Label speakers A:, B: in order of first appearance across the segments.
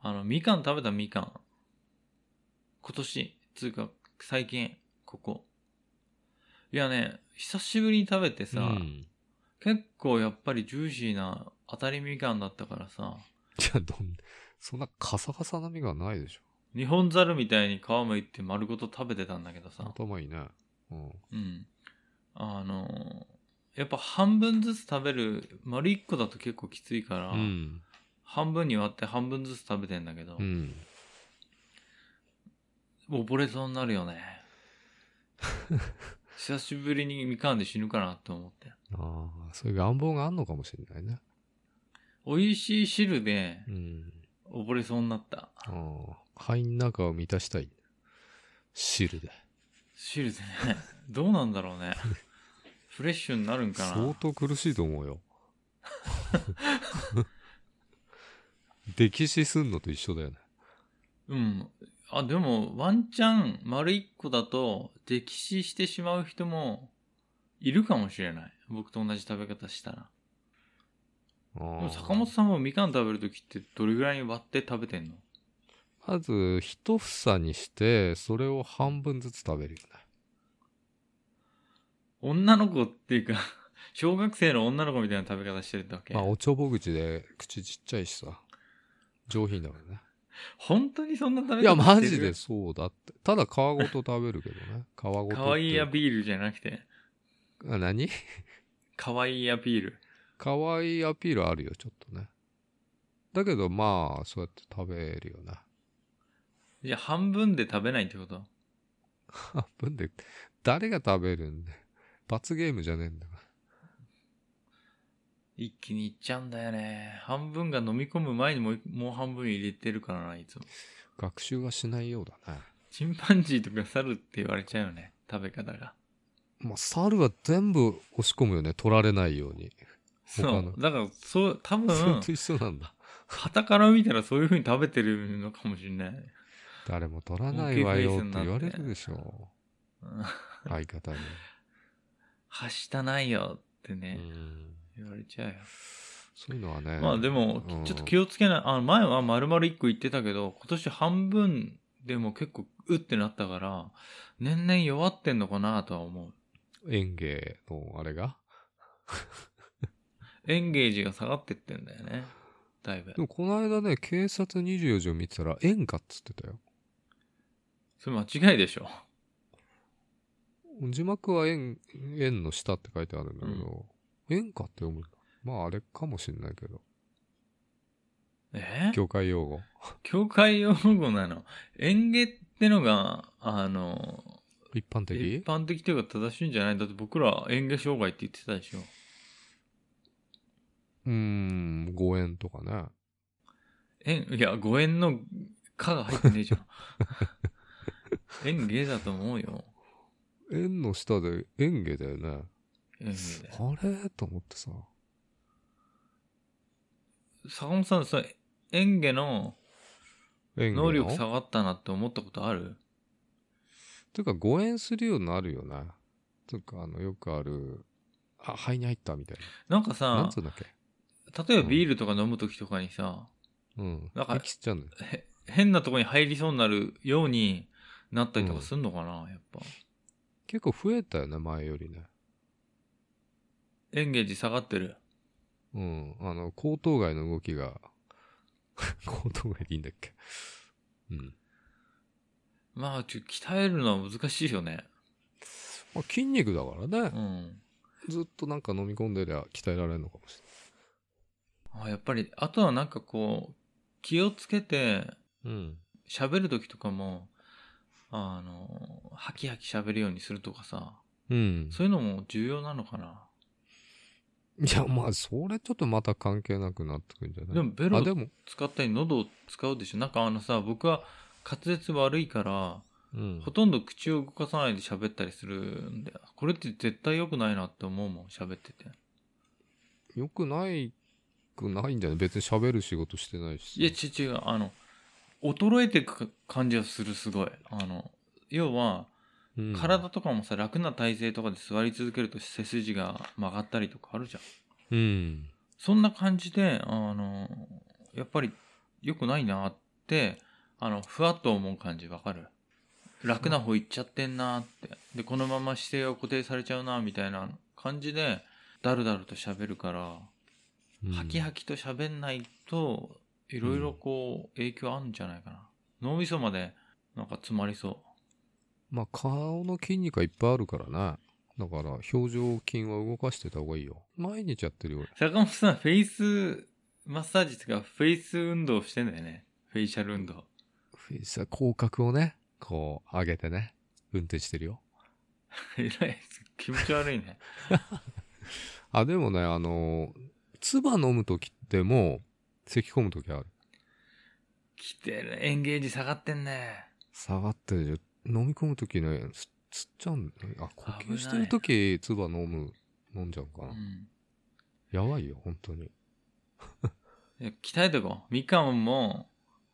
A: あの、みかん食べたみかん。今年、つうか、最近、ここ。いやね、久しぶりに食べてさ、
B: うん。
A: 結構やっぱりジューシーな当たりみかんだったからさ、
B: じゃあ、どん、そんなカサカサな実がないでしょ。
A: 日本ザルみたいに皮むいて丸ごと食べてたんだけどさ、
B: 頭いいね。うん。
A: うん。あのーやっぱ半分ずつ食べる、丸一個だと結構きついから、
B: うん。
A: 半分に割って半分ずつ食べてんだけど、
B: うん。
A: 溺れそうになるよ ね。久しぶりにみかんで死ぬかなって思って。
B: ああ、そういう願望があんのかもしれないね。
A: 美味しい汁で
B: うん。
A: 溺れそうになった。
B: ああ、肺の中を満たしたい。汁で。
A: 汁 でね、どうなんだろうね。フレッシュになるんかな。
B: 相当苦しいと思 うよ。溺死すんのと一緒だよね。
A: うん。あ、でも、ワンチャン、丸一個だと、溺死してしまう人も、いるかもしれない。僕と同じ食べ方したら。で
B: あ
A: も
B: あ
A: 坂本さんもみかん食べるときって、どれぐらい割って食べてんの
B: まず、一房にして、それを半分ずつ食べるよね。
A: 女の子っていうか、 小学生の女の子みたいな食べ方してるわけ。
B: まあ、おちょぼ口で、口ちっちゃいしさ。上品だからね。
A: 本当にそんな食べ方
B: いや、マ
A: して
B: ジ
A: る
B: でそうだって。ただ皮ごと食べるけど ね。皮ごとってう。
A: かわいいアピールじゃなくて、
B: あ何
A: かわいいアピール。
B: かわいいアピールあるよ、ちょっとね。だけど、まあ、そうやって食べるよね。
A: じゃあ、半分で食べないってこと
B: 半分で、誰が食べるんだよ罰ゲームじゃねえんだから。
A: 一気にいっちゃうんだよね。半分が飲み込む前にもうもう半分入れてるからな、いつも。
B: 学習はしないようだね。
A: チンパンジーとか猿って言われちゃうよね。食べ方が。
B: まあ、猿は全部押し込むよね。取られないように。
A: そ
B: 他の
A: う。だから、そう、多
B: それ
A: 分、
B: と一緒なんだ。
A: 傍から見たらそういう風に食べてるのかもしれない。
B: 誰も取らないわよって言われるでしょ。
A: うん
B: 相方に。
A: はしたないよって
B: う
A: ね、
B: ん
A: 言われちゃうよ。
B: そういうのはね。
A: まあでも、
B: うん
A: ちょっと気をつけない。あの、前は丸々1個言ってたけど、今年半分でも結構、うってなったから、年々弱ってんのかなとは思う。
B: 園芸のあれが。
A: エンゲージが下がってってんだよね。だいぶ
B: で。もこの間ね、警察24時を見てたら、演歌っつってたよ。
A: それ間違いでしょ。
B: 字幕は円、円の下って書いてあるんだけど、演歌って読むんだ。まああれかもしんないけど。
A: え
B: 業界用語。
A: 教会用語なの。園芸ってのが、あの、
B: 一般
A: 一
B: 的
A: 般的というか正しいんじゃないだって僕ら園芸障害って言ってたでしょ。
B: うーん、5円とかね。
A: 園、いや、ご縁のかが入ってねえじゃ ん。園芸だと思うよ。
B: 円の下で園芸だよね。
A: 園芸で。
B: あれと思ってさ。
A: 坂本さん、それ園芸の
B: 園芸の
A: 能力下がったなって思ったことある
B: てか5円するようになるよね。てかあの、よくある、あ、肺に入ったみたい
A: なんか
B: な。なん
A: さ
B: つ、うんだっけ
A: 例えばビールとか飲むときとかにさ、
B: うん。
A: なんか
B: 息吸っちゃうんだよ。
A: へ変なとこに入りそうになるようになったりとかすんのかな、やっぱ。
B: 結構増えたよね、前よりね。
A: エンゲージ下がってる。
B: うん。あの、高等外の動きが、 高等外でいいんだっけ。うん。
A: まあ、ちょ鍛えるのは難しいよね。
B: まあ、筋肉だから
A: う
B: ね。
A: ん。
B: ずっとなんか飲み込んでりゃ鍛えられるのかもし
A: あやっぱり、あとはなんかこう、気をつけて、
B: れない。うん。
A: 喋るときとかも、あの、ハキハキ喋るようにするとかさ、
B: うん。
A: そういうのも重要なのかな。
B: いや、まあ、それちょっとまた関係なくなってくるんじゃない
A: でも、ベロ
B: あ、でも、
A: 使ったり、喉を使うでしょ。なんかあのさ、僕は滑舌悪いから、
B: うん
A: ほ。とんど口を動かさないで喋ったりするんだよ。これって絶対良くないなって思うもん、喋ってて。
B: よくないくないんじゃない別に喋る仕事してないし。
A: いや、違う違う、あの、衰えてく感じはする、すごい。あの、要は、
B: うん、
A: 体とかもさ、楽な体勢とかで座り続けると背筋が曲がったりとかあるじゃん。
B: うん。
A: そんな感じで、あの、やっぱり良くないなっって、あの、ふわっと思う感じわかる楽な方行っちゃってんなーって。で、このまま姿勢が固定されちゃうなーみたいな感じで、だるだると喋るから、
B: うん
A: ハキハキと喋んないと、いろいろこう、影響あるんじゃないかな。脳みそまで、なんか詰まりそ
B: まあ顔の筋肉はいっぱいあるからな。だから表情筋は動かしてた方がいいよ。毎日やってるよ。
A: う。坂本さん、フェイスマッサージとか、フェイス運動してんだよね。フェイシャル運動。
B: フェイスは口角をね、こう上げてね、運転してるよ。
A: えらい、気持ち悪いね。
B: あ、でもね、あの、唾飲むときってもう、咳込むときある。
A: 来てる。エンゲージ下がってんね。
B: 下がってるでしょ飲み込むときね、す吸っちゃうんだよね。あ、呼吸してるとき、唾飲む、飲んじゃう
A: う
B: かな。
A: ん。
B: やばいよ、本当に。
A: いや鍛えとこう。みかんも、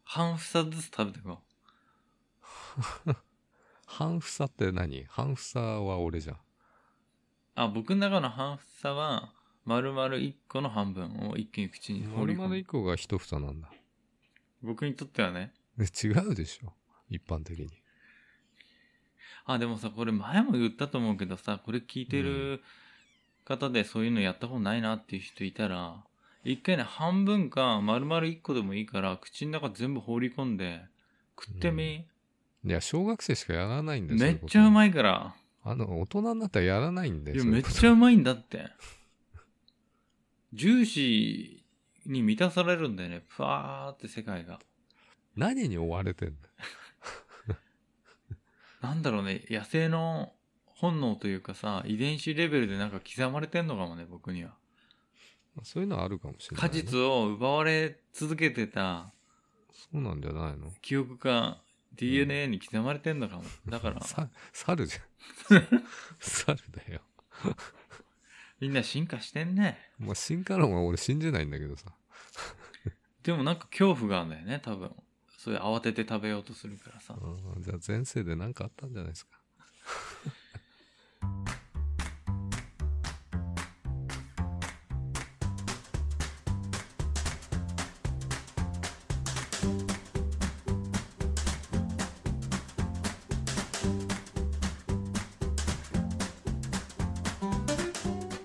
A: 半房ずつ食べてこ
B: 半房って何半房は俺じゃん。
A: う。あ、僕の中の半房は、丸々1個の半分を一気に口に放り
B: 俺
A: 込
B: まで以
A: む。
B: 降が一房なんだ。
A: 僕にとってはね。
B: で違うでしょ一般的に。
A: あ、でもさ、これ前も言ったと思うけどさ、これ聞いてる方でそういうのやったことないなっていう人いたら、一回ね、半分か丸々一個でもいいから、口の中全部放り込んで、食ってみ、
B: いや、小学生しかやらないんです
A: めっちゃう
B: い
A: まいから。
B: こと。あの、大人になったらやらないんで
A: いや、
B: すよ。
A: めっちゃうまいんだって。ジューシーに満たされるんだよね。ふわーって世界が。
B: 何に追われてんの
A: なんだろうね、野生の本能というかさ、遺伝子レベルでなんか刻まれてんのかもね、僕には。
B: そういうのはあるかもしれな
A: 果
B: いね、
A: 実を奪われ続けてた
B: そうなんじゃないの
A: 記憶が DNA に刻まれてんのかも。だから、
B: さ、猿じゃん。 猿だよ。
A: みんな進化してんね。
B: まあ、進化論は俺信じないんだけどさ。
A: でもなんか恐怖があるんだよね、多分。そういう慌てて食べようとするからさ。
B: うんじゃあ前世で何かあったんじゃないですか。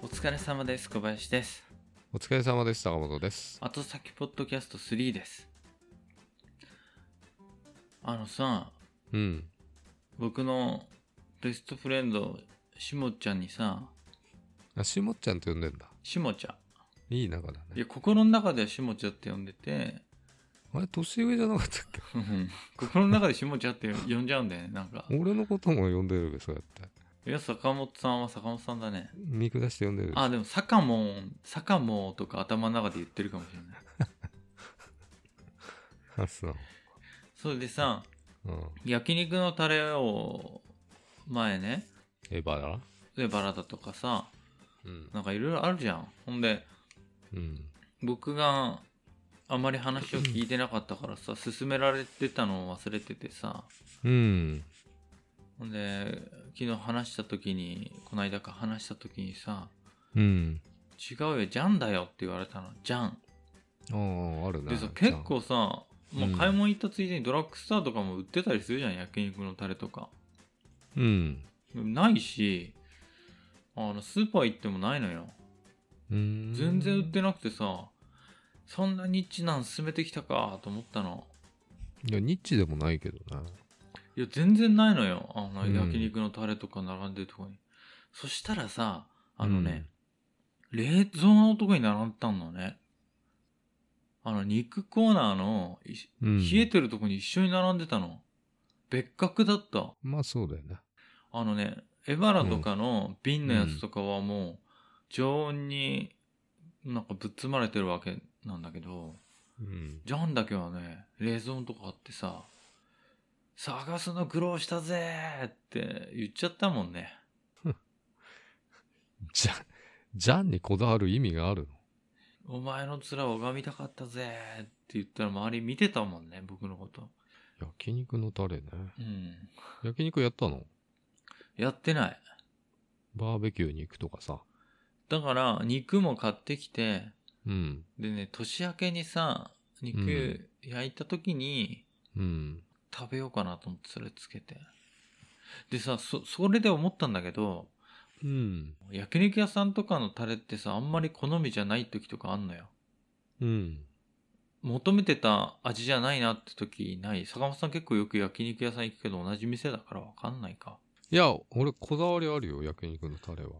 A: お疲れ様です、小林です。
B: お疲れ様でした、坂本です。
A: 後先ポッドキャスト3です。あのさ、
B: うん。
A: 僕のベストフレンド、しもちゃんにさ、
B: あ、しもっちゃんって呼んでんだ。
A: しもちゃ
B: いい中だ
A: ん。い
B: ね。
A: や、心の中ではしもちゃんって呼んでて、
B: あれ、年上じゃなかったっけ
A: うん心の中でしもちゃんって呼んじゃうんだよね、なんか。
B: 俺のことも呼んでるべ、そうやって。
A: いや、坂本さんは坂本さんだね。
B: 見下して呼んでるでしょ
A: あ、でも、坂門、坂門とか頭の中で言ってるかもしれない。
B: あ、そう。
A: それでさ、
B: うん。
A: 焼肉のタレを、前ね、
B: エバラ
A: で、バラだとかさ、
B: うん。
A: なんかいろいろあるじゃん。ほんで、
B: うん。
A: 僕があまり話を聞いてなかったからさ、勧められてたのを忘れててさ、
B: うん。
A: ほんで、昨日話した時に、この間か話した時にさ、
B: うん。
A: 違うよ、ジャンだよって言われたの、ジャン。
B: ああ、あるね。
A: でさ結構さもううん買い物行ったついでにドラッグストアとかも売ってたりするじゃん焼肉のタレとか
B: じゃん。うん。
A: でもないしあのスーパー行ってもないのよ
B: うーん。
A: 全然売ってなくてさそんなニッチなん進めてきたかと思ったの
B: いや、ニッチでもないけどね。
A: いや全然ないのよあの
B: うん
A: 焼肉のタレとか並んでるとこに、そしたらさあのね、冷蔵のとこに並んでたのねあの肉コーナーのい
B: うん、うん。
A: 冷えてるとこに一緒に並んでたの別格だった
B: まあそうだよね。
A: あのねエバラとかの瓶のやつとかはもう常温になんかぶっ積まれてるわけなんだけど
B: うん。
A: ジャンだけはね冷蔵のとかあってさ探すの苦労したぜーって言っちゃったもんね
B: じゃ、じゃんにこだわる意味があるの
A: お前の面を拝みたかったぜーって言ったら周り見てたもんね僕のこと
B: 焼肉のタレね。
A: うん
B: 焼肉やったの
A: やってない
B: バーベキューに行くとかさ。
A: だから肉も買ってきて
B: うん。
A: でね、年明けにさ、肉焼いた時に、
B: うん。
A: 食べようかなと思ってそれつけて。でさ、そ、それで思ったんだけど、
B: うん。
A: 焼肉屋さんとかのタレってさ、あんまり好みじゃない時とかあんのよ。
B: うん。
A: 求めてた味じゃないなって時ない。坂本さん結構よく焼肉屋さん行くけど同じ店だからわかんないか。
B: いや、俺、こだわりあるよ、焼肉のタレは。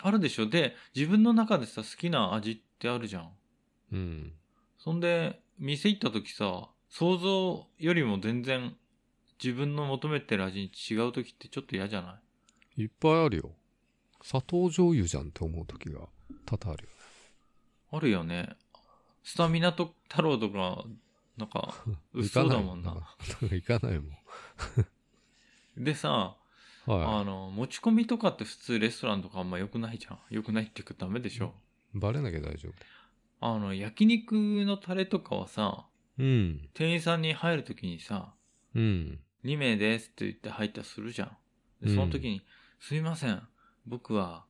A: あるでしょで、自分の中でさ、好きな味ってあるじゃん。
B: うん。
A: そんで、店行った時さ、想像よりも全然自分の求めてる味に違う時ってちょっと嫌じゃない
B: いっぱいあるよ。砂糖醤油じゃんって思う時が多々あるよね。
A: あるよね。スタミナと太郎とか、なん か、
B: 行
A: 嘘
B: か
A: だ
B: ない
A: もんな。。
B: なんか行かないも
A: でさ、
B: ん。は
A: あの、持ち込みとかって普通レストランとかあんま良くないじゃん。良くないっていうかダメでしょ。
B: い。バレなきゃ大丈夫。
A: あの、焼肉のタレとかはさ、
B: うん。
A: 店員さんに入るときにさ、
B: うん。
A: 2名ですって言って入ったとするじゃん。で、その時に、すいません、僕は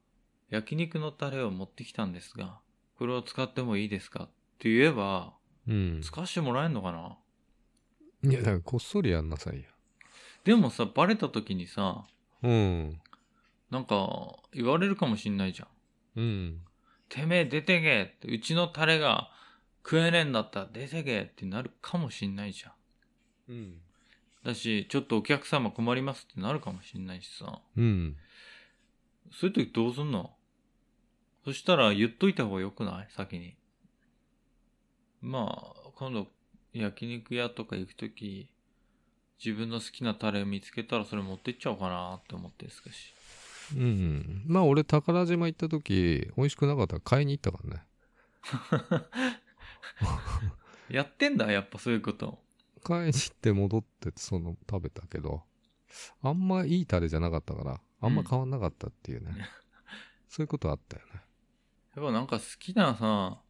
A: 焼肉のタレを持ってきたんですが、これを使ってもいいですかって言えば、
B: うん。
A: 使わせてもらえんのかない
B: や、だからこっそりやんなさいよ。
A: でもさ、バレた時にさ、
B: うん。
A: なんか、言われるかもしんないじゃん。
B: うん。
A: てめえ出てけって、うちのタレが食えねえんだったら出てけってなるかもしんないじゃん。
B: うん。
A: だし、ちょっとお客様困りますってなるかもしんないしさ。
B: うん。
A: そういう時どうすんのそしたら言っといた方がよくない先に。まあ、今度焼肉屋とか行く時、自分の好きなタレ見つけたらそれ持ってっちゃおうかなって思ってるんですけどし。
B: うん。まあ、俺、宝島行った時、美味しくなかったら買いに行ったからね。
A: やってんだ、やっぱそういうこと。
B: 帰って戻ってその食べたけど、あんまいいタレじゃなかったから、あんま変わんなかったっていうね。 そういうことあったよね。
A: やっぱなんか好きなさ、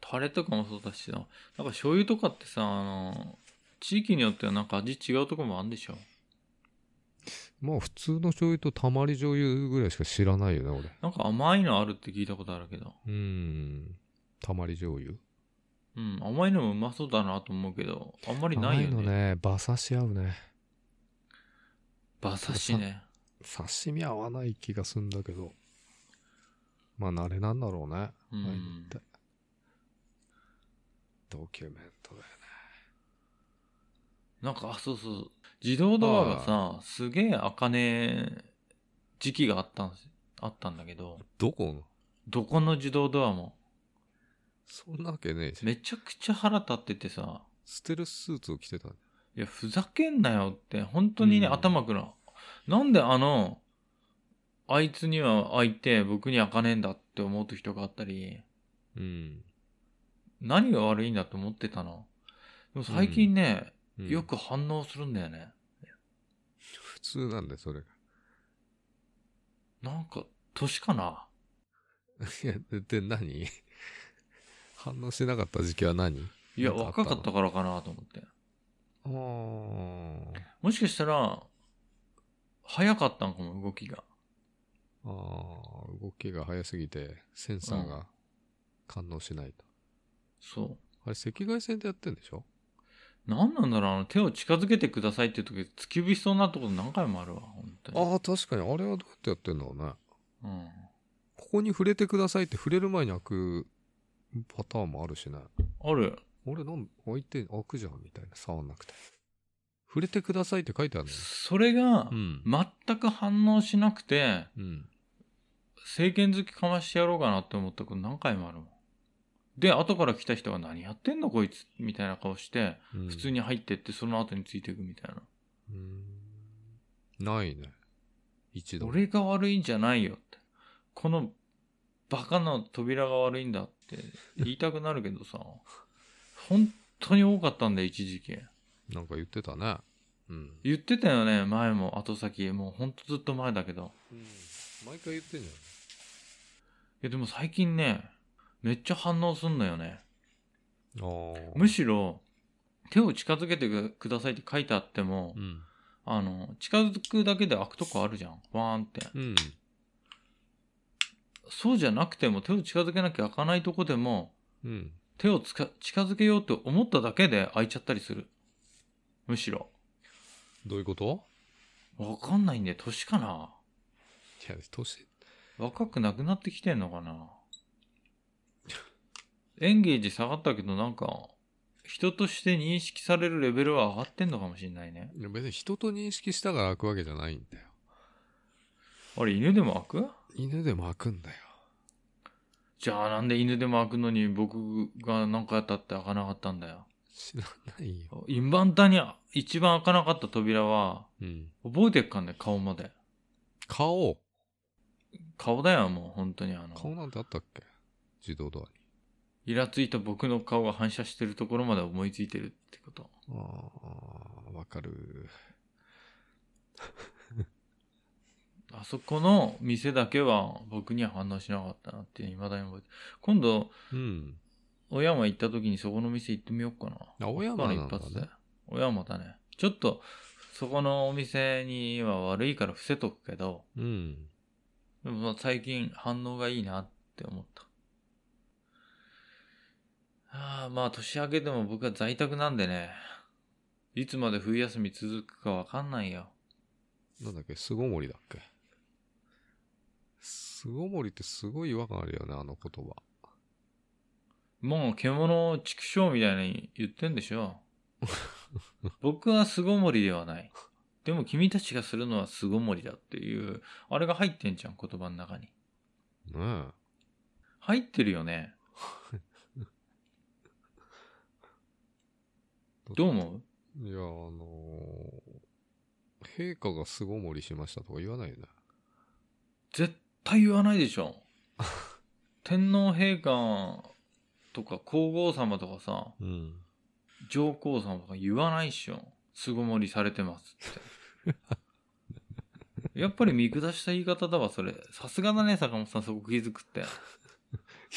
A: タレとかもそうだしさ、なんか醤油とかってさ、あの、地域によってはなんか味違うとこもあるんでしょ
B: まあ普通の醤油とたまり醤油ぐらいしか知らないよね、俺。
A: なんか甘いのあるって聞いたことあるけど。
B: うーん。たまり醤油。
A: うん、甘いのもうまそうだなと思うけど、あんまりないよ
B: 甘いの
A: ね。
B: ね、馬刺し合うね。
A: 馬刺しね。
B: 刺身合わない気がすんだけど。まあ慣れなんだろうね。
A: う
B: ああいうんのっ。てドキュメントだよね。
A: なんか、あ、そうそう。自動ドアがさ、すげえ赤ね時期があったんです、あったんだけど、
B: どこ
A: どこの自動ドアも、
B: そんなわけねえし。
A: めちゃくちゃ腹立っててさ、
B: ステルススーツを着てたんだ
A: いや、ふざけんなよって、本当にね、
B: うん
A: 頭くら。なんであの、あいつには開いて、僕に開かねえんだって思う時とかあったり、
B: うん。
A: 何が悪いんだと思ってたの。でも最近ね、
B: うん
A: よく反応するんだよね。
B: 普通なんだよ、それが。
A: なんか、年かない
B: や、で、で何反応しなかった時期は何
A: いや、
B: なんかあ
A: 若
B: った
A: か
B: の
A: ったからかなと思って。
B: あー
A: もしかしたら、早かったんかも、動きが。
B: あー、動きが早すぎて、センサーが感応しないと。
A: そ
B: あれ、赤外線でやってんでしょ
A: う。なんなんだろう、あの、手を近づけてくださいって時、突き指しそうになったこと何回もあるわ、本当に。
B: ああ、確かに、あれはどうやってやってんだろうね。
A: うん。
B: ここに触れてくださいって触れる前に開くパターンもあるしね。
A: ある。
B: 俺なん、開いて、開くじゃんみたいな、触んなくて。触れてくださいって書いてあるのよ
A: それが、
B: ん
A: 全く反応しなくて、
B: うん。
A: 政権好きかましてやろうかなって思ったこと何回もあるもん。で、後から来た人が何やってんのこいつみたいな顔して、
B: うん
A: 普通に入ってってその後についていくみたいな。
B: うーんないね。一度も。
A: 俺が悪いんじゃないよって。このバカな扉が悪いんだって言いたくなるけどさ、本当に多かったんだよ、一時期。
B: なんか言ってたね。うん。
A: 言ってたよね、前も後先。もうほんとずっと前だけど。
B: 毎回言ってんじ
A: いや、でも最近ね、めっちゃ反応すんのよね。
B: ゃん。ああ。
A: むしろ、手を近づけてくださいって書いてあっても、
B: うん。
A: あの、近づくだけで開くとこあるじゃん。わーンって。
B: うん。
A: そうじゃなくても、手を近づけなきゃ開かないとこでも、
B: うん。
A: 手をつか近づけようと思っただけで開いちゃったりする。むしろ。
B: どういうこと
A: わかんないんで、年かない
B: や、年、
A: 若くなくなってきてんのかなエンゲージ下がったけどなんか、人として認識されるレベルは上がってんのかもしれないね。
B: いや別に人と認識したから開くわけじゃないんだよ。
A: あれ、犬でも開く
B: 犬でも開くんだよ。
A: じゃあなんで犬でも開くのに僕が何かやったって開かなかったんだよ。
B: 知らないよ。
A: インバンタに一番開かなかった扉は、
B: うん。
A: 覚えてっかんね、顔まで。
B: 顔
A: 顔だよ、もう本当にあ
B: 顔
A: の、
B: なんてあったっけ自動ドアに。
A: イラついた僕の顔が反射してるところまで思いついてるってこと。
B: ああ、わかる。
A: あそこの店だけは僕には反応しなかったなっていう未だに覚えてる。今度、
B: うん。
A: 小山行った時にそこの店行ってみようかな。
B: あ、小山なん
A: こ
B: だ
A: っから一発で
B: ね。。
A: 小山だね。ちょっと、そこのお店には悪いから伏せとくけど、
B: うん。
A: でもまあ最近反応がいいなって思った。ああ、まあ年明けても僕は在宅なんでね。いつまで冬休み続くかわかんないよ。
B: なんだっけ巣ごもりだっけ巣ごもりってすごい違和感あるよね、あの言葉。
A: もう獣畜生みたいに言ってんでしょ。僕は巣ごもりではない。でも君たちがするのは巣ごもりだっていう、あれが入ってんじゃん、言葉の中に。
B: ね
A: 入ってるよね。
B: え。
A: どう思
B: いや、あのー陛下が巣ごもりしましたとか言わないよね。
A: 絶対言わないでしょ。 天皇陛下とか皇后様とかさ、
B: うん。
A: 上皇様とか言わないっしょ。巣ごもりされてますって。 やっぱり見下した言い方だわ、それ。さすがだね、坂本さん、そこ気づくって。
B: い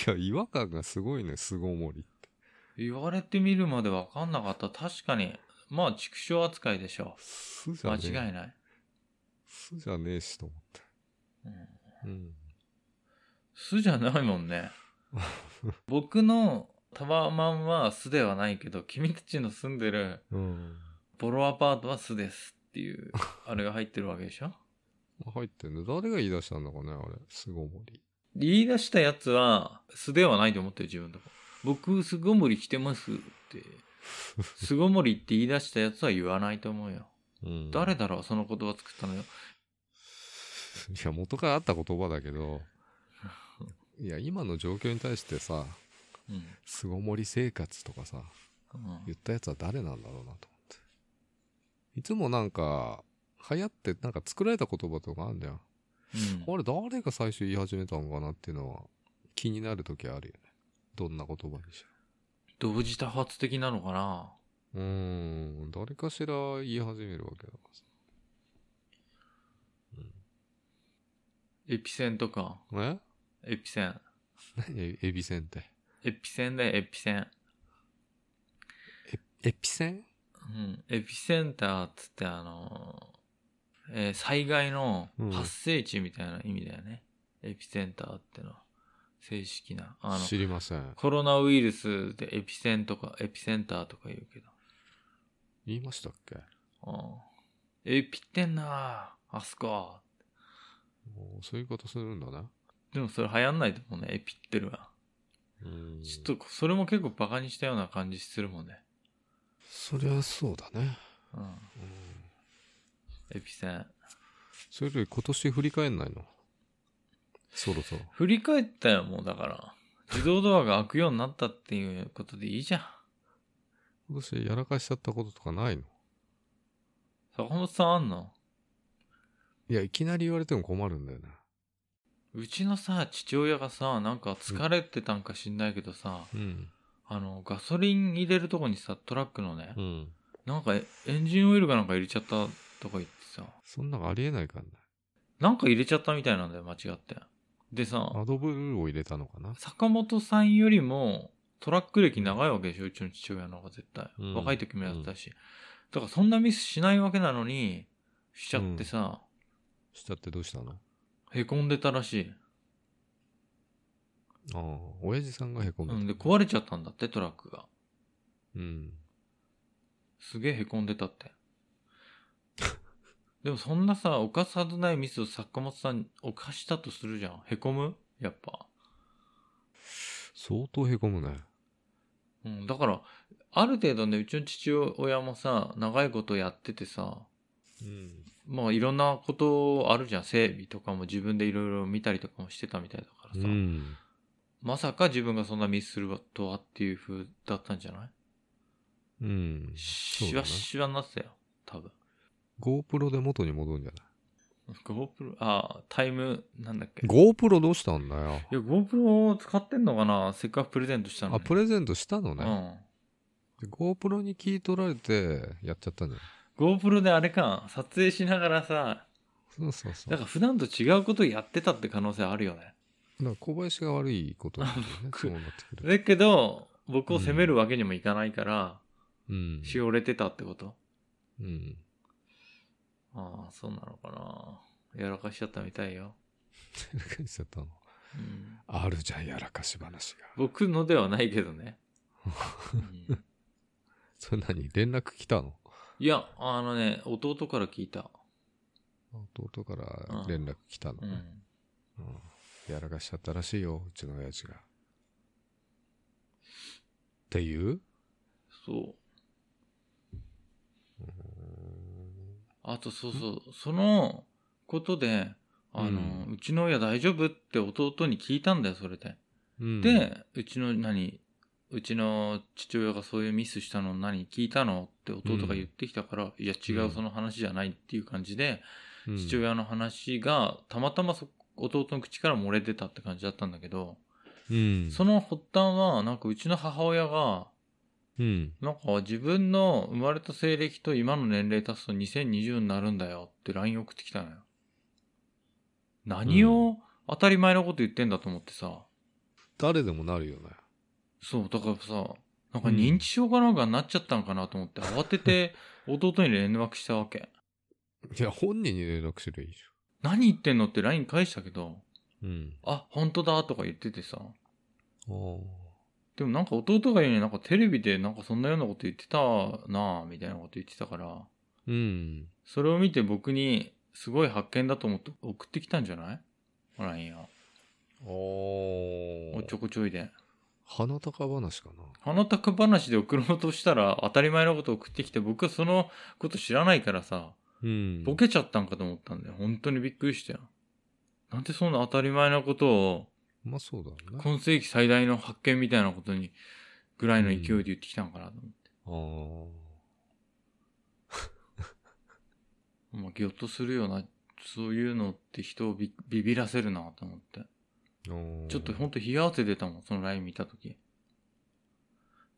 B: や、違和感がすごいね、巣ごもりって。
A: 言われてみるまで分かんなかった。確かに。まあ、畜生扱いでしょ
B: 巣じ
A: う。
B: ゃ
A: 間
B: ねえ。
A: 違いない。
B: 巣じゃねえしと思って。
A: うん
B: うん。
A: 巣じゃないもんね。僕のタワマンは巣ではないけど、君たちの住んでる
B: うん。
A: ボロアパートは巣ですって いう、あれが入ってるわけでしょ
B: 入ってんね。誰が言い出したんだかね、あれ。巣ごもり。
A: 言い出したやつは素ではないと思ってる自分とか僕巣ごもり着てます って巣ごもりって言い出したやつは言わないと思うよ
B: うん
A: 誰だろうその言葉作ったのよ
B: いや、元からあった言葉だけど、いや、今の状況に対してさ、
A: うん、うん
B: 巣ごもり生活とかさ、言ったやつは誰なんだろうなと思って。いつもなんか、流行って、なんか作られた言葉とかあるじゃん。
A: うん
B: あれ、誰が最初言い始めたのかなっていうのは、気になる時あるよね。どんな言葉にし
A: 同時多発的なのかな
B: ろ。うーん、誰かしら言い始めるわけだからさ。
A: エピセンとか
B: え
A: エピセン
B: 何 エエビセンって。
A: エピセンだよエピセン
B: エピセン
A: うんエピセンターっつってあのーえー災害の
B: うん
A: 発生地みたいな意味だよね、エピセンターってのは正式なあの
B: 知りません。
A: コロナウイルスでエピセンとか、エピセンターとか言うけど。
B: 言いましたっけ
A: うん。エピってんなあそこ。
B: もうそういうことするんだね。
A: でもそれ流行んないと思うね。エピってるわ。
B: うん
A: ちょっと、それも結構バカにしたような感じするもんね。
B: そりゃそうだね。
A: うん。エピセン。
B: それより今年振り返んないのそろそろ。
A: 振り返ったよ、もうだから。自動ドアが開くようになったっていうことでいいじゃん。
B: 今年やらかしちゃったこととかないの
A: 坂本さんあんの
B: いや、いきなり言われても困るんだよね。
A: うちのさ、父親がさ、なんか疲れてたんか知んないけどさ、
B: うん。
A: あの、ガソリン入れるとこにさ、トラックのね、
B: うん。
A: なんかエエンジンオイルかなんか入れちゃったとか言ってさ、
B: そんなのありえないからね。
A: なんか入れちゃったみたいなんだよ、間違って。でさ、
B: アドブルを入れたのかな
A: 坂本さんよりもトラック歴長いわけでしょ、うちの父親の方が絶対。
B: うん
A: 若い時もやってたし。だからそんなミスしないわけなのに、しちゃってさ、
B: しちゃってどうしたの
A: へこんでたらしい。
B: ああ、親父さんがへこ
A: うん
B: む。
A: で、壊れちゃったんだって、トラックが。
B: うん。
A: すげえ凹んでたって。 でもそんなさ、犯すはずないミスを坂本さんに犯したとするじゃん。凹むやっぱ。
B: 相当へこむね。
A: うん、だから、ある程度ね、うちの父親もさ、長いことやっててさ、
B: うん。
A: まあいろんなことあるじゃん。整備とかも自分でいろいろ見たりとかもしてたみたいだからさ。
B: うん。
A: まさか自分がそんなミスするとはっていう風だったんじゃない
B: うん。そう
A: し
B: だ
A: わ
B: な
A: しわになってたよ。多分。
B: GoPro で元に戻るんじゃない
A: GoPro、あ、タイム、なんだっけ。い
B: ?GoPro どうしたんだよ。
A: や、GoPro を使ってんのかなせっかくプレゼントしたのに。
B: あ、プレゼントしたの
A: う
B: ね。
A: ん。
B: で GoPro に聞い取られて、やっちゃったんじゃない
A: GoPro であれか、撮影しながらさ、
B: そうそうそう。
A: だか
B: だから
A: 普段と違うことやってたって可能性あるよね。
B: ら小林が悪いことなんだよね。
A: 僕
B: そうなってくる。
A: だけど、僕を責めるわけにもいかないから、
B: うん。
A: しおれてたってこと
B: うん。
A: ああ、そうなのかな。やらかしちゃったみたいよ。
B: やらかしちゃったの。
A: うん、
B: あるじゃん、やらかし話が。
A: 僕のではないけど ね。うん
B: それ何連絡来たの
A: いや、あのね、弟から聞いた。
B: 弟から連絡来たの
A: う
B: ね、
A: ん。
B: うんやらかしちゃったらしいよ、うちの親父が。っていう
A: そう。あと、そうそう。そのことで、あの、う
B: うん
A: ちの親大丈夫って弟に聞いたんだよ、それで。
B: うん、
A: で、うちの何、うちの父親がそういうミスしたの何聞いたのって弟が言ってきたから、いや違
B: う
A: う、
B: ん
A: その話じゃないっていう感じで、
B: うん
A: 父親の話がたまたまそ弟の口から漏れてたって感じだったんだけど、
B: うん、
A: その発端は、なんかうちの母親が、
B: うん、
A: なんか自分の生まれた西暦と今の年齢足すと2020になるんだよって LINE 送ってきたのよ。何を当たり前のこと言ってんだと思ってさ。
B: 誰でもなるよね。
A: そう、だからさ、なんか認知症かなんかになっちゃったのかなと思って、慌てて弟に連絡したわけ。
B: いや、本人に連絡すればいいじ
A: 何言ってんのって LINE 返したけど、
B: ゃん。うん。
A: あ、本当だとか言っててさ。
B: おー
A: でもなんか弟が言うになんかテレビでなんかそんなようなこと言ってたなぁ、みたいなこと言ってたから、
B: うん。
A: それを見て僕にすごい発見だと思って送ってきたんじゃない ?LINE を。
B: お
A: おっちょこちょいで。
B: 鼻高話かな。
A: 鼻高話で送ろうとしたら当たり前のこと送ってきて、僕はそのこと知らないからさ、
B: うん
A: ボケちゃったんかと思ったんだよ。本当にびっくりしたよ。なんでそんな当たり前なことを、
B: まあそうだろうね。
A: 今世紀最大の発見みたいなことに、ぐらいの勢いで言ってきたのかなと思って。
B: あー
A: まあ、ぎょっとするような、そういうのって人をびビビらせるなと思って。
B: おー
A: ちょっとほんと冷や汗出たもん、その LINE 見たとき。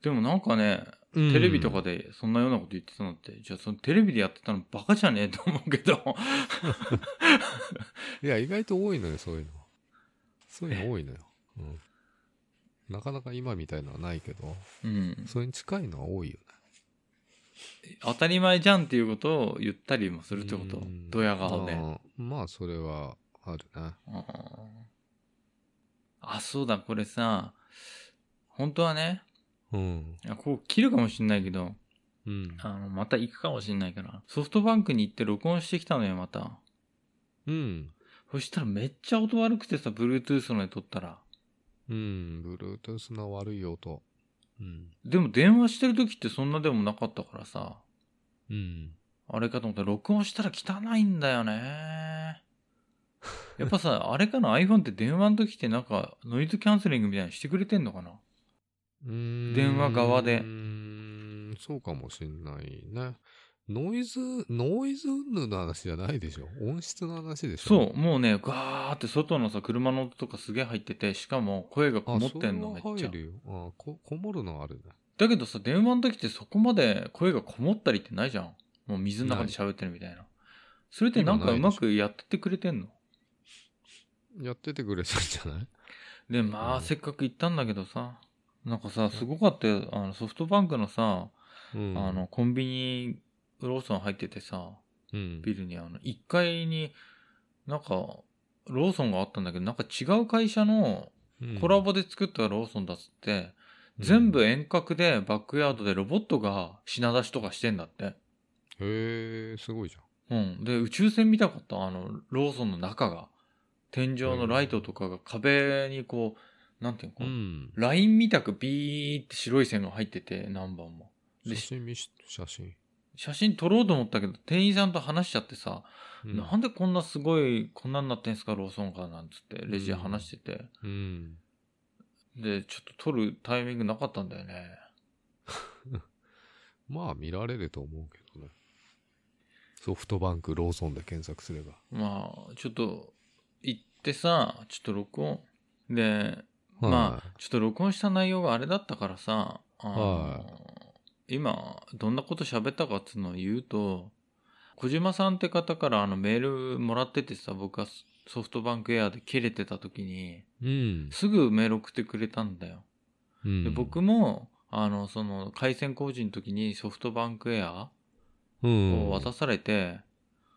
A: でもなんかね、
B: うん
A: テレビとかでそんなようなこと言ってたのって、じゃあそのテレビでやってたのバカじゃねえと思うけど。
B: いや、意外と多いのよ、そういうの。そういうの多いのよ。うん。なかなか今みたいのはないけど、
A: うん。
B: それに近いのは多いよね。
A: 当たり前じゃんっていうことを言ったりもするってこと
B: うん
A: ドヤ顔で。
B: あーまあ、それはあるね。
A: うんあ、そうだ、これさ、本当はね、
B: うん。
A: いやここ切るかもしんないけど、
B: うん。
A: あの、また行くかもしんないから、ソフトバンクに行って録音してきたのよ、また。
B: うん。
A: そしたらめっちゃ音悪くてさ、Bluetooth ので撮ったら。
B: うん。Bluetooth の悪い音。うん。
A: でも電話してる時ってそんなでもなかったからさ、
B: うん。
A: あれかと思ったら録音したら汚いんだよ ね。やっぱさ、あれかな iPhone って電話の時ってなんかノイズキャンセリングみたいにしてくれてんのかな電
B: 電
A: 話側で
B: うーん、そうかもしんないね。ノイズ、ノイズ云々の話じゃないでしょ。音質の話でし
A: そ
B: ょ。
A: う、もうね、ガーって外のさ、車の音とかすげえ入ってて、しかも声がこ
B: あ、
A: も
B: そ
A: って
B: れ
A: んのめ
B: は
A: っちゃ
B: 入。るよ。あこ、こもるのはあるね。
A: だけどさ、電話の時ってそこまで声がこもったりってないじゃん。もう水の中で喋ってるみたいな。それってなんかうまくやっててくれてんの
B: やっててくれたんじ ゃない
A: で、ま
B: う
A: あ、
B: ん
A: せっかく行ったんだけどさ、なんかさ、すごかったよ。あの、ソフトバンクのさ、
B: うん。
A: あの、コンビニ、ローソン入っててさ、
B: うん、
A: ビルにあの、1階に、なんか、ローソンがあったんだけど、なんか違う会社のコラボで作ったローソンだっつって、全部遠隔でバックヤードでロボットが品出しとかしてんだって。
B: へえ、すごいじゃん。
A: うん。で、宇宙船見たかった。あの、ローソンの中が。天井のライトとかが壁にこう、なんていうのかな。
B: ん。
A: ラインみたくビーって白い線が入ってて、何番も。で
B: 写真見し、写真。
A: 写真撮ろうと思ったけど、店員さんと話しちゃってさ、
B: うん
A: なんでこんなすごい、こんなになってんすか、ローソンかなんつって、レジで話してて。
B: うん。
A: で、ちょっと撮るタイミングなかったんだよね。
B: まあ見られると思うけどね。ソフトバンク、ローソンで検索すれば。
A: まあ、ちょっと、行ってさ、ちょっと録音。で、ま
B: はい
A: あ、ちょっと録音した内容があれだったからさ、あの
B: は
A: 今、どんなこと喋ったかっつうのを言うと、小島さんって方からあのメールもらっててさ、僕がソフトバンクエアで切れてた時に、
B: うん。
A: すぐメール送ってくれたんだよ。で僕
B: も、
A: も、あの、その、回線工事の時にソフトバンクエア
B: うん。
A: を渡されて、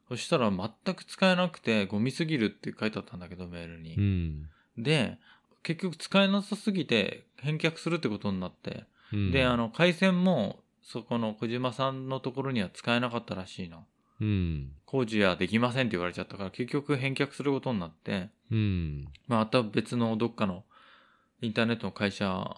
A: そしたら全く使えなくて、ゴミすぎるって書いてあったんだけど、メールに。
B: うん。
A: で、結局使えなさすぎて返却するってことになって、
B: うん
A: で、あ、の、回線も、そこの小島さんのところには使えなかったらしいの。
B: うん。
A: 工事はできませんって言われちゃったから、結局返却することになって、
B: うん。
A: まあ、また別のどっかのインターネットの会社、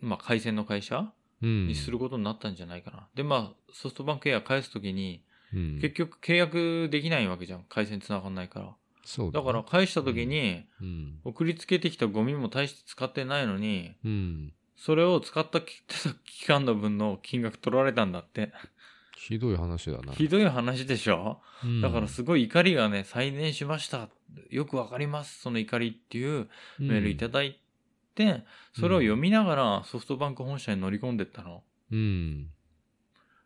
A: まあ、回線の会社
B: うん。
A: にすることになったんじゃないかな。で、まあ、ソフトバンクエア返すときに、
B: うん。
A: 結局契約できないわけじゃん。回線繋がんないから。
B: そう
A: だ
B: ね
A: から、返したときに、
B: うん。
A: 送りつけてきたゴミも大して使ってないのに、
B: うん。
A: それを使った き期間の分の金額取られたんだって。
B: ひどい話だな。
A: ひどい話でしょ、
B: うん
A: だからすごい怒りがね、再燃しました。よくわかります。その怒りっていうメールいただいて、それを読みながらソフトバンク本社に乗り込んでったの。
B: うん。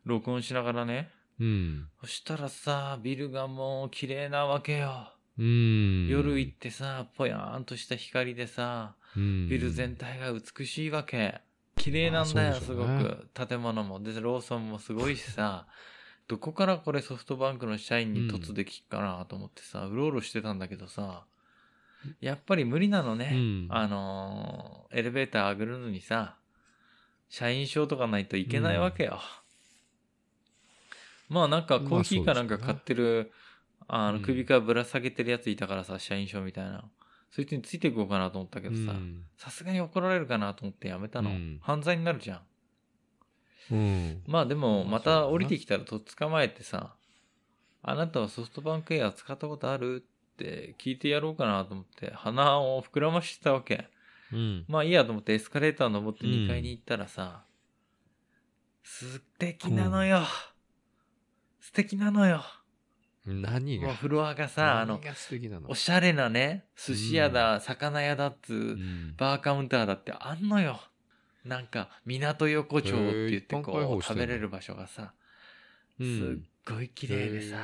A: 録音しながらね。
B: うん。
A: そしたらさ、ビルがもう綺麗なわけよ。
B: うん。
A: 夜行ってさ、ぽやーんとした光でさ、
B: うん
A: ビル全体が美しいわけ。綺麗なんだよ、
B: まあそ
A: す
B: う
A: ご
B: でしょうね
A: く。建物も。で、ローソンもすごいしさ、どこからこれソフトバンクの社員に突できっかなと思ってさ、うろうろしてたんだけどさ、やっぱり無理なのね。
B: うん
A: あのーエレベーター上げるのにさ、社員証とかないといけないわけよ。まあなんかコーヒーかなんか買ってる、あ、の
B: うん
A: 首からぶら下げてるやついたからさ、社員証みたいな。そいつについていこうかなと思ったけどさ
B: う、ん
A: さすがに怒られるかなと思ってやめたの。
B: うん
A: 犯罪になるじゃん。
B: うん。
A: まあでも、
B: まあ
A: また降りてきたらとっ捕まえてさ、あなたはソフトバンクエア使ったことあるって聞いてやろうかなと思って、鼻を膨らましてたわけ。
B: うん。
A: まあいいやと思ってエスカレーター登って
B: うん
A: 2階に行ったらさ、素敵なのよ。素敵なのよ。
B: 何
A: もう
B: が
A: フロアがさ、あ
B: 何
A: の、
B: が素敵なの
A: おしゃれなね、寿司屋だ、魚屋だっつう、
B: うん
A: バーカウンターだってあんのよ。なんか、港横丁って言って
B: へー一般開
A: こ
B: 放
A: う、
B: して
A: 食
B: んの
A: べれる場所がさ、
B: う
A: すっ
B: ん
A: ごい綺麗でさ、
B: へ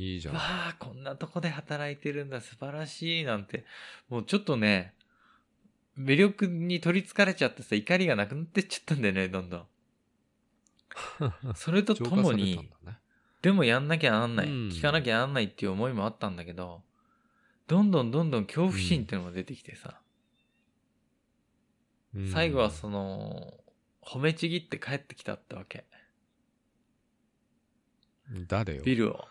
B: ーいいじゃん
A: わ。 あ、こんなとこで働いてるんだ、素晴らしい、なんて、もうちょっとね、魅力に取りつかれちゃってさ、怒りがなくなってっちゃったんだよね、どんどん。それと
B: 浄
A: と
B: 化
A: も
B: された
A: に
B: ん、だね
A: でもやんなきゃなんない、
B: うん
A: 聞かなきゃなんないっていう思いもあったんだけど、どんどんどんどん恐怖心っていうのが出てきてさ、
B: うん
A: 最後はその、褒めちぎって帰ってきたってわけ。
B: 誰よ
A: ビルを。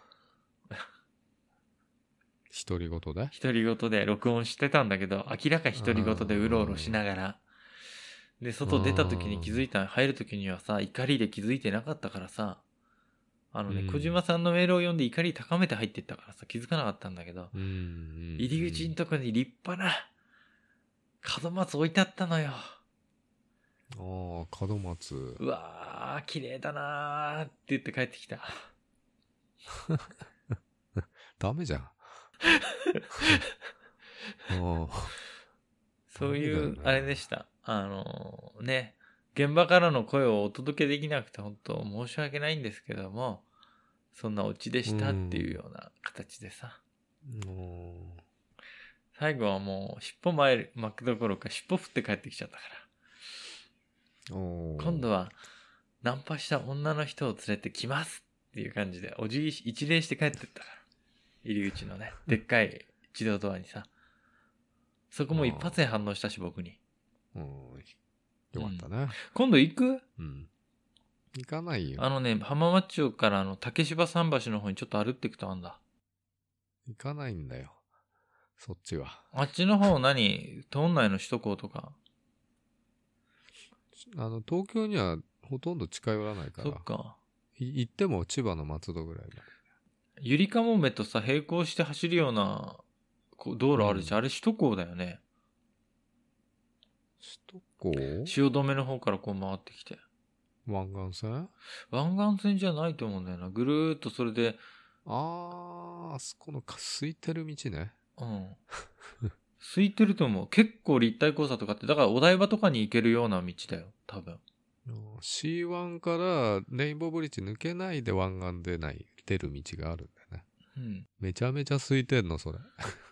B: 独り言で
A: 独り言で録音してたんだけど、明らかに独り言でうろうろしながら。で、外出た時に気づいた、入る時にはさ、怒りで気づいてなかったからさ、あのね、
B: うん
A: 小島さんのメールを読んで怒り高めて入ってったからさ、気づかなかったんだけど、
B: うん
A: 入り口のとこに立派な門松置いてあったのよ。
B: ああ門松
A: うわー、綺麗だなーって言って帰ってきた。
B: ダメじゃん ああ
A: そうい
B: ダメ
A: う
B: だ、よな
A: あれでした。あのーね、現場からの声をお届けできなくて本当申し訳ないんですけども、そんなオチでしたっていうような形でさ、
B: も
A: 最後はもう尻尾前巻くどころか尻尾振って帰ってきちゃったか
B: うお
A: ら、今度
B: は
A: はナンパした女の人を連れてきますっていう感じで、お辞儀し一礼して帰ってったから、入り口のね、でっかい自動ドアにさ、そこも一発で反応したし僕に。
B: うんよかったね。
A: 今度行く
B: うん。行かないよ
A: あ。のね、浜松町からあの、竹芝桟橋の方にちょっと歩っていくとあんだ。
B: 行かないんだよ。そっちは。
A: あっちの方何都内の首都高とか。
B: あの、東京にはほとんど近寄らないから。
A: そっか。
B: い行っても千葉の松戸ぐらいだ。
A: ゆりかもめとさ、並行して走るようなこう道路あるじゃん。あれ首都高だよね。
B: 首都
A: 汐留の方からこう回ってきて。
B: 高湾岸線
A: 湾岸線じゃないと思うんだよな。ぐるーっとそれで、
B: あー、あそこのか空いてる道ね。
A: うん。空いてると思う。結構立体交差とかって、だからお台場とかに行けるような道だよ。多分。
B: あー C1 からレインボーブリッジ抜けないで湾岸でない、出る道があるんだよね。
A: うん。
B: めちゃめちゃ空いてんの、それ。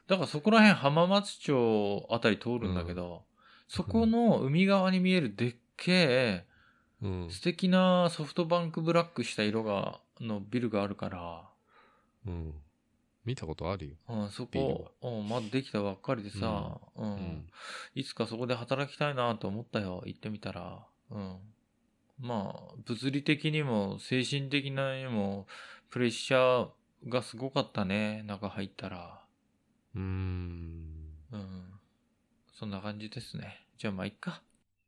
A: だからそこら辺浜松町あたり通るんだけど、そこの海側に見えるでっけえ、
B: うん。
A: 素敵なソフトバンクブラックした色が、のビルがあるから、
B: うん。見たことあるよ。
A: うん、そこ、うん、まだできたばっかりでさ、うん、
B: うん。
A: いつかそこで働きたいなと思ったよ。行ってみたら。うん。まあ、物理的にも精神的なにも、プレッシャーがすごかったね。中入ったら。
B: うーん。
A: うん。そんな感じですね。じゃあまあ、いっか。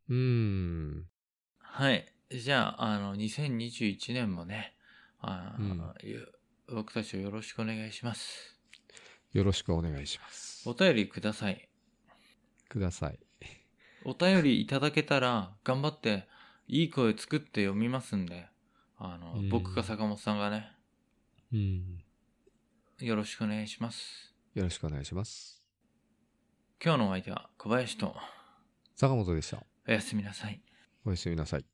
B: うーん。
A: はい。じゃあ、あの、2021年もね、あーよ僕たちをよろしくお願いします。
B: よろしくお願いします
A: お。便りください。
B: ください。
A: お便りいただけたら、頑張って、いい声作って読みますんで、あの、
B: うん
A: 僕か坂本さんがね、
B: うん。
A: よろしくお願いします。
B: よろしくお願いします。
A: 今日のお相手は小林と、
B: 坂本でした。
A: おやすみなさい。
B: おやすみなさい。